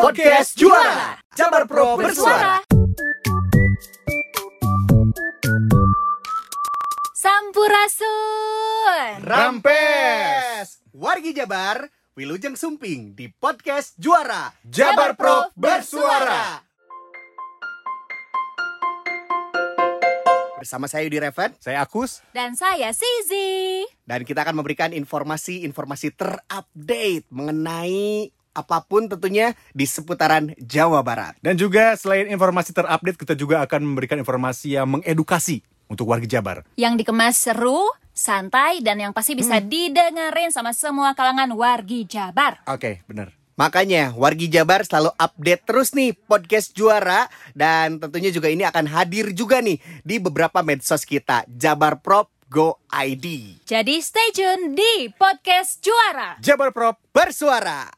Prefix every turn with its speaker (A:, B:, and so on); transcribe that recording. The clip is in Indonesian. A: Podcast Juara. Jabar Pro bersuara.
B: Sampurasun.
A: Rampes. Wargi Jabar, Wilujeng Sumping di Podcast Juara. Jabar Pro bersuara. Bersama saya Yudi Reven
C: Saya Akus.
B: Dan saya Sizi.
A: dan kita akan memberikan informasi-informasi terupdate mengenai apapun tentunya di seputaran Jawa Barat.
C: Dan juga selain informasi terupdate, kita juga akan memberikan informasi yang mengedukasi untuk warga Jabar.
B: Yang dikemas seru, santai, dan yang pasti bisa didengerin sama semua kalangan wargi Jabar.
C: Oke, bener.
A: Makanya Wargi Jabar selalu update terus nih podcast juara dan tentunya juga ini akan hadir juga nih di beberapa medsos kita Jabar Prop Go ID
B: Jadi stay tune di Podcast Juara.
C: Jabar Prop.
A: bersuara.